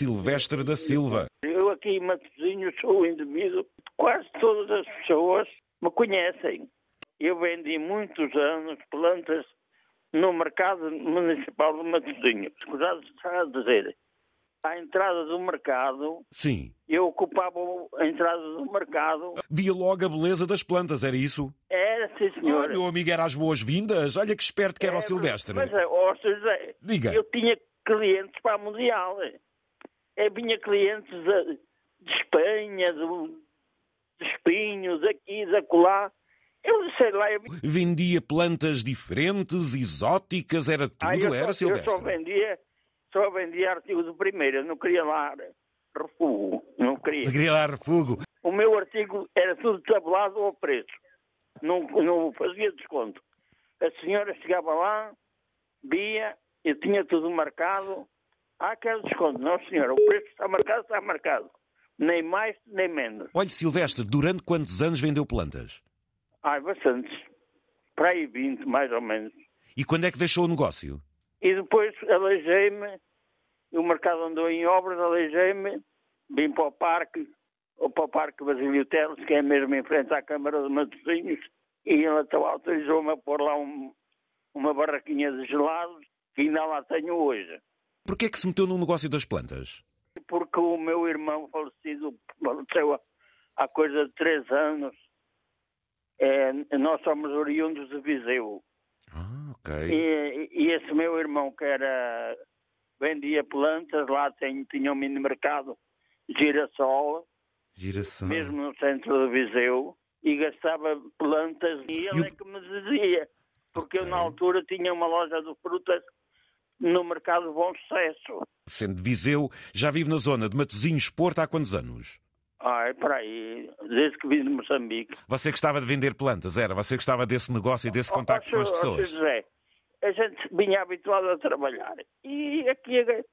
Silvestre da Silva. Eu aqui em Matosinhos sou o indivíduo que quase todas as pessoas me conhecem. Eu vendi muitos anos plantas no mercado municipal de Matosinhos. Cuidado está a dizer. À entrada do mercado, Sim. eu ocupava a entrada do mercado. Via logo a beleza das plantas, era isso? Era, sim, Ah, senhor. meu amigo, era as boas-vindas. Olha que esperto que era o Silvestre. É Mas, ó, Sr. José, Diga. eu tinha clientes para a Mundial. Eu vinha clientes de, de Espanha, do, de Espinho, daqui, da colá. Eu sei lá, eu, Vendia plantas diferentes, exóticas, era tudo, Ah, eu era só, eu só Silvestre. vendia, só vendia artigo de primeira, eu não queria lá eh, refúgio, não queria. Queria dar refugo. O meu artigo era tudo tabulado ao preço. Não, não fazia desconto. A senhora chegava lá, via, eu tinha tudo marcado. Ah, quero desconto. Não, senhora, o preço está marcado, está marcado. Nem mais, nem menos. Olha, Silvestre, durante quantos anos vendeu plantas? Ai, bastantes. Para aí 20, mais ou menos. E quando é que deixou o negócio? E depois aleijei-me, o mercado andou em obras, aleijei-me, vim para o parque, ou para o Parque Basílio Teles, que é mesmo em frente à Câmara de Matosinhos, e ela então autorizou-me a pôr lá um- uma barraquinha de gelados, que ainda lá tenho hoje. Porquê é que se meteu no negócio das plantas? Porque o meu irmão falecido faleceu há- há coisa de três anos. É, nós somos oriundos de Viseu. Ah, ok. E, e esse meu irmão que era vendia plantas, lá tem, tinha um mini mercado girassol, Giração. mesmo no centro de Viseu, e gastava plantas e ele E o- é que me dizia, porque eu na Ok. altura tinha uma loja de frutas no mercado Bom Sucesso. Sendo de Viseu, já vive na zona de Matosinhos Porto há quantos anos? Ai, peraí, desde que vim de Moçambique. Você gostava de vender plantas, era? Você gostava desse negócio e Ah, desse contacto com as Ó, ó, Sr. pessoas? José, a gente vinha habituado a trabalhar e aqui aga-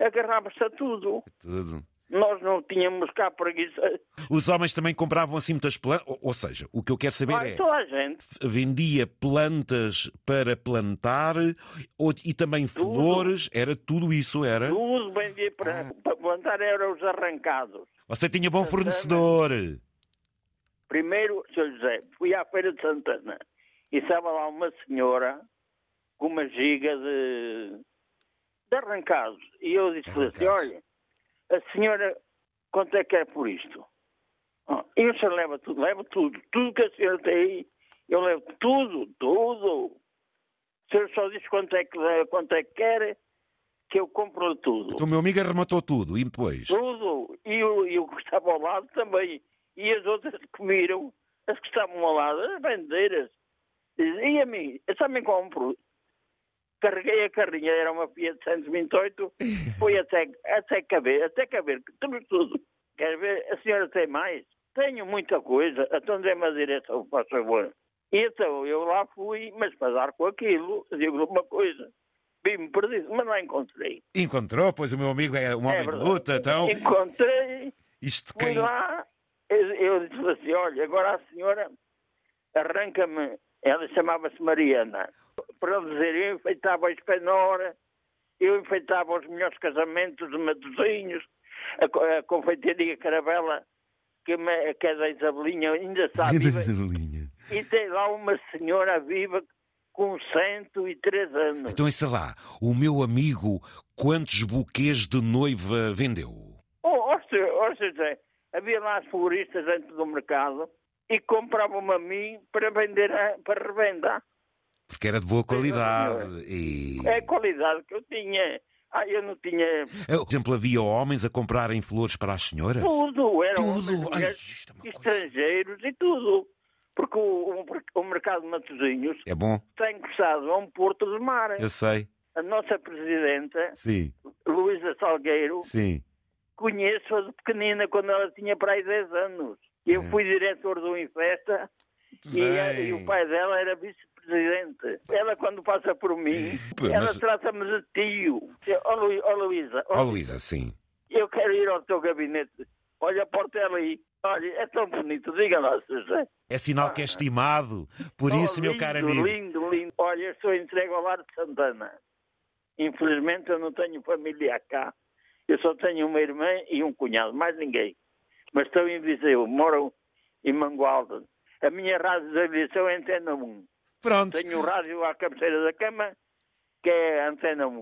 agarrava-se a tudo. Tudo. Nós não tínhamos cá preguiça. Os homens também compravam assim muitas plantas. Ou ou seja, o que eu quero saber Ai, é. toda a gente. Vendia plantas para plantar ou- e também flores, era tudo isso, era? O uso bem dia para, para plantar eram os arrancados. Você tinha bom Santana. fornecedor. Primeiro, Sr. José, fui à Feira de Santana e estava lá uma senhora com uma giga de, de arrancados. E eu disse-lhe assim, Arrancados. olha, a senhora quanto é que é por isto? Ah, E o senhor leva tudo, leva tudo. Tudo que a senhora tem aí, eu levo tudo, tudo. O senhor só diz quanto é que, leva, quanto é que quer, que eu compro tudo. Então, meu amigo arrematou tudo e depois. Tudo. E o, e o que estava ao lado também. E as outras que comiram, as que estavam ao lado, as bandeiras. E, e a mim, eu também compro. um Carreguei a carrinha, era uma Fiat 128, foi até, até caber, até caber, tudo, tudo. Quer ver, a senhora tem mais? Tenho muita coisa, então dê-me a direção, por favor. E então eu lá fui, mas para dar com aquilo, digo-lhe uma coisa, vi-me perdido, mas não encontrei. Encontrou, pois o meu amigo é um homem de verdade. luta, então. Encontrei, Isto Fui quem. lá, eu, eu disse assim, olha, agora a senhora arranca-me, ela chamava-se Mariana, para eu dizer, eu enfeitava a Espanhora, eu enfeitava os melhores casamentos de Matosinhos, a, co- a confeitaria Carabela, que, me, que é da Isabelinha, ainda está viva, e tem lá uma senhora viva com 103 anos. Então, sei lá, o meu amigo, quantos buquês de noiva vendeu? Ou, ou, se- ou seja, havia lá as floristas dentro do mercado e compravam-me a mim para vender, a- para revenda. Porque era de boa qualidade. senhora. E... É a qualidade que eu tinha. Ah, eu não tinha É, Por exemplo, havia homens a comprarem flores para as senhoras? tudo. Eram Tudo. homens, Ai, mulheres, isto é uma coisa. estrangeiros e tudo. Porque o, o, o mercado de Matosinhos É bom, está encostado a um porto de mar. eu sei. A nossa presidenta, Sim, Luísa Salgueiro, sim. conheço-a de pequenina, quando ela tinha para aí 10 anos. Eu fui diretor um do Infesta e, a- e o pai dela era vice-presidente. Ela, quando passa por mim, Pô, ela mas- trata-me de tio. Eu, Ó Lu- ó, Luísa, ó, Ó, Luísa, sim. eu quero ir ao teu gabinete. Olha a portela aí. Olha, é tão bonito. Diga lá, José. É sinal que é estimado. Por Oh, isso, meu Ah. lindo, caro amigo. Lindo, lindo. Olha, eu estou entregue ao lar de Santana. Infelizmente eu não tenho família cá. Eu só tenho uma irmã e um cunhado, mais ninguém. Mas estão em Viseu, moram em Mangualda. A minha rádio da Viseu é Antena 1. Pronto. Tenho um rádio à cabeceira da cama, que é a Antena 1.